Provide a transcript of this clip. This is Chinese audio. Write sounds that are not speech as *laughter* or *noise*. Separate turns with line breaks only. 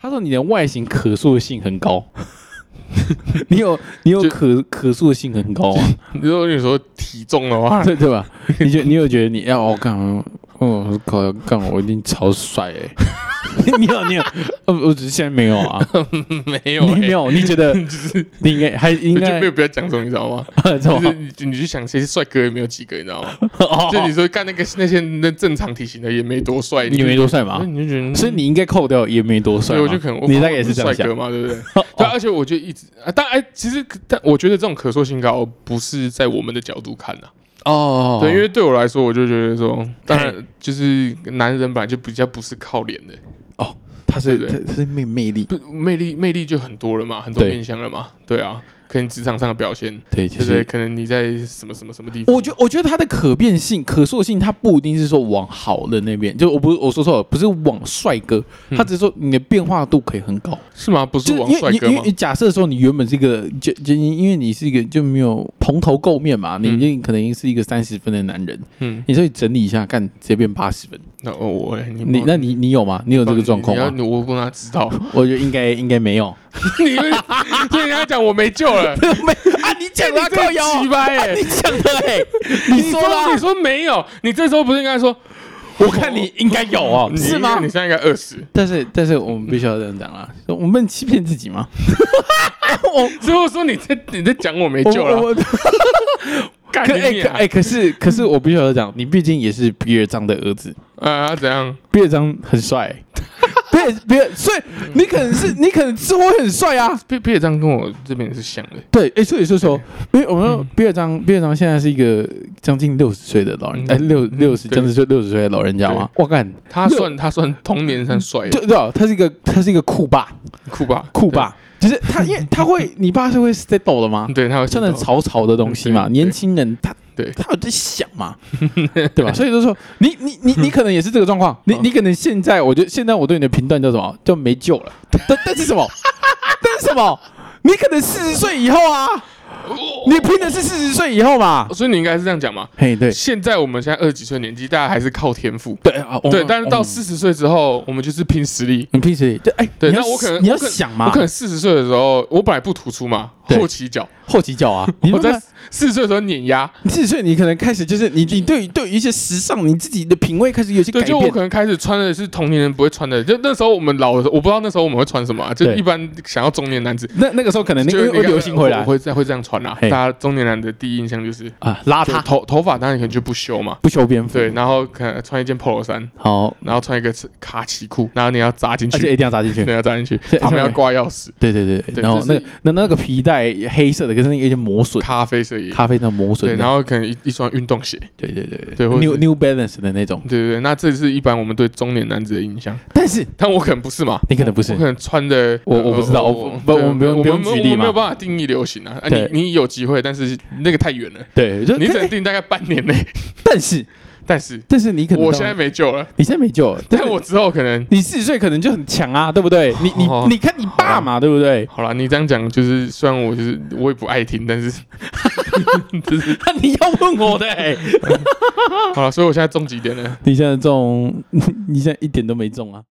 他说你的外形可塑性很高， *laughs* 你有你有
就
可可塑性很高
*laughs*
啊，
如果你说体重
*laughs*
的话，
对对吧？你觉你有觉得你要我干嘛？哦，我靠，干嘛？我一定超帅
*laughs*
哎、你有 *laughs* 你有，呃，我只是现在没有啊，
没有、
你
欸，
没，有，你觉
*laughs*
得你应该还应
就
该 *laughs* 啊
没有必要讲这种，你知道吗？
很
就
重
是你你去想，其实帅哥也没有几个，你知
*laughs*
道吗？
要，
就你说干那个那些那正常体型的也没多帅，
你
就
没多帅嘛，
你就觉得，嗯
所以你应该扣掉也没多帅
所以
嘛，
我就可能
你大概也是这样
帅
想
哥，嘛，对
*laughs*
不对？对，而且我就一直啊，但哎，其实但我觉得这种可塑性高不是在我们的角度看呐、啊
哦
对，因为对我来说，我就觉得说，当然就是男人本来就比较不是靠脸的，
他是
对对
他是魅魅力，
不魅力魅力就很多了嘛，很多
对
面向了嘛，对啊，可能职场上的表现，
对，
对
就
不对？
是
可能你在什么什么什么地方，
我觉我觉得它的可变性、可塑性，它不一定是说往好的那边，就我不是我说错了，不是往帅哥，
嗯
它只是说你的变化度可以很高，
是吗？不是
就
王
因
帅
为
哥
你因
吗
为？假设说你原本是一个就就因为你是一个就没有蓬头垢面嘛，你
嗯
你可能是一个三十分的男人，
嗯，
你说你整理一下，干直接变八十分，
那我我你
你那你你有吗？你有这个状况
你要
吗？
你我不哪知
*laughs*
道？
我觉得应该应该没有
你所以人家讲我没救了，
没啊， *laughs* 你讲
你这奇葩哎！
你讲的哎、 *laughs* *laughs* 你说啦
你说没有，你这时候不是应该说
我看你应该有哦，
你
是吗
你？现在应该二十，
但是但是我们必须要这样讲啦，我们欺骗自己吗？
最后说你在你在讲我没
我
哎救了，
我
*laughs* 干
可哎
你
可
啊！
哎，可是可是我必须要讲，你毕竟也是比尔张的儿子，
啊怎样？
比尔张很帅、 *laughs* 欸，别别，所以你可能是你可能是会很帅啊。
毕毕业章跟我这边是像的，
对，哎、所以说说，因为我们说
嗯
比尔张，比尔张现在是一个将近六十岁的老人，哎、
嗯
六六十
对
将近岁六十岁的老人家嘛，我干，
他算他算童年算帅
就
的，
对吧？他是一个他是一个酷爸，
酷吧
酷，爸，就是他，因为他会，你爸是会 step 的吗？
对对他有
像那种潮潮的东西嘛，
嗯对
年轻人他
对
他有在想
*laughs*
嘛，对吧？所以就说你你你你可能也是这个状况，你
嗯
你可能现在，我觉得现在我对你的评断叫什么？叫没救了。 *laughs* 但但是什么？但是什么？你可能四十岁以后啊，
哦
你拼的是四十岁以后嘛？
所以你应该是这样讲嘛。
嘿，对
现在我们现在二十几岁年纪，大家还是靠天赋，
对啊，我们
对，但是到
我们
四十岁之后，我们就是拼实力。
你平时对哎，
对
你要
那我可能
你要
我可
想嘛
我可，能四十岁的时候，我本来不突出嘛，
对
后起脚，
后期教
*laughs*
啊，你
我
慢慢
在四十岁的时候碾压，
你四十岁，你可能开始就是你，你对于对于一些时尚，你自己的品味开始有些改
对，就
变。
我可能开始穿的是同龄人不会穿的，就那时候我们老的时候，我不知道那时候我们会穿什么、啊，就
对
一般想要中年男子，
那那个时候可能那
就
个
是
又流行回来
我会这会这样穿啦、
嘿
大家中年男的第一印象就是
啊，邋
就
遢
头头发当然可能就不修嘛，
不修边幅。
对，，然后可能穿一件 polo 衫，
好，
然后穿一个卡其裤，然后你要扎进
而且一
去，
定要扎进去
你。要扎进去
对，
旁边要
对
挂钥匙，
对对对，
对
然后
这
那
是
个那那个皮带黑色的，可是那个有点磨损，
咖啡色也。
咖啡那种磨损
对，
的。
然后可能一一双运动鞋，
对对对
对或者
，New
是
New Balance 的那种
对。对对，那这是一般我们对中年男子的印象，
但是
但我可能不是嘛，
你可能不是
我可能穿的，
我
呃
我不知道我不
对
我们不用
我
不用
们
举例
我们
嘛
没有办法定义流行啊。啊
对呃
你你有机会，但是那个太远了，
对，就
你只能
但
定大概半年内。
但是
但
*laughs*
是
但是你可能
我
到
现在没救了，
你现在没救
*laughs*
了，但
但
是
我之后可能
你四十岁可能就很强啊，对不对？你你
哦
你看你爸嘛，对不
*laughs*
对？
好了。你这样讲就是，虽然我就是我也不爱听，但是就是
那你要问我的 *laughs* 欸，
好了，所以我现在中几点了？
*laughs* 你现在中，你现在一点都没中啊。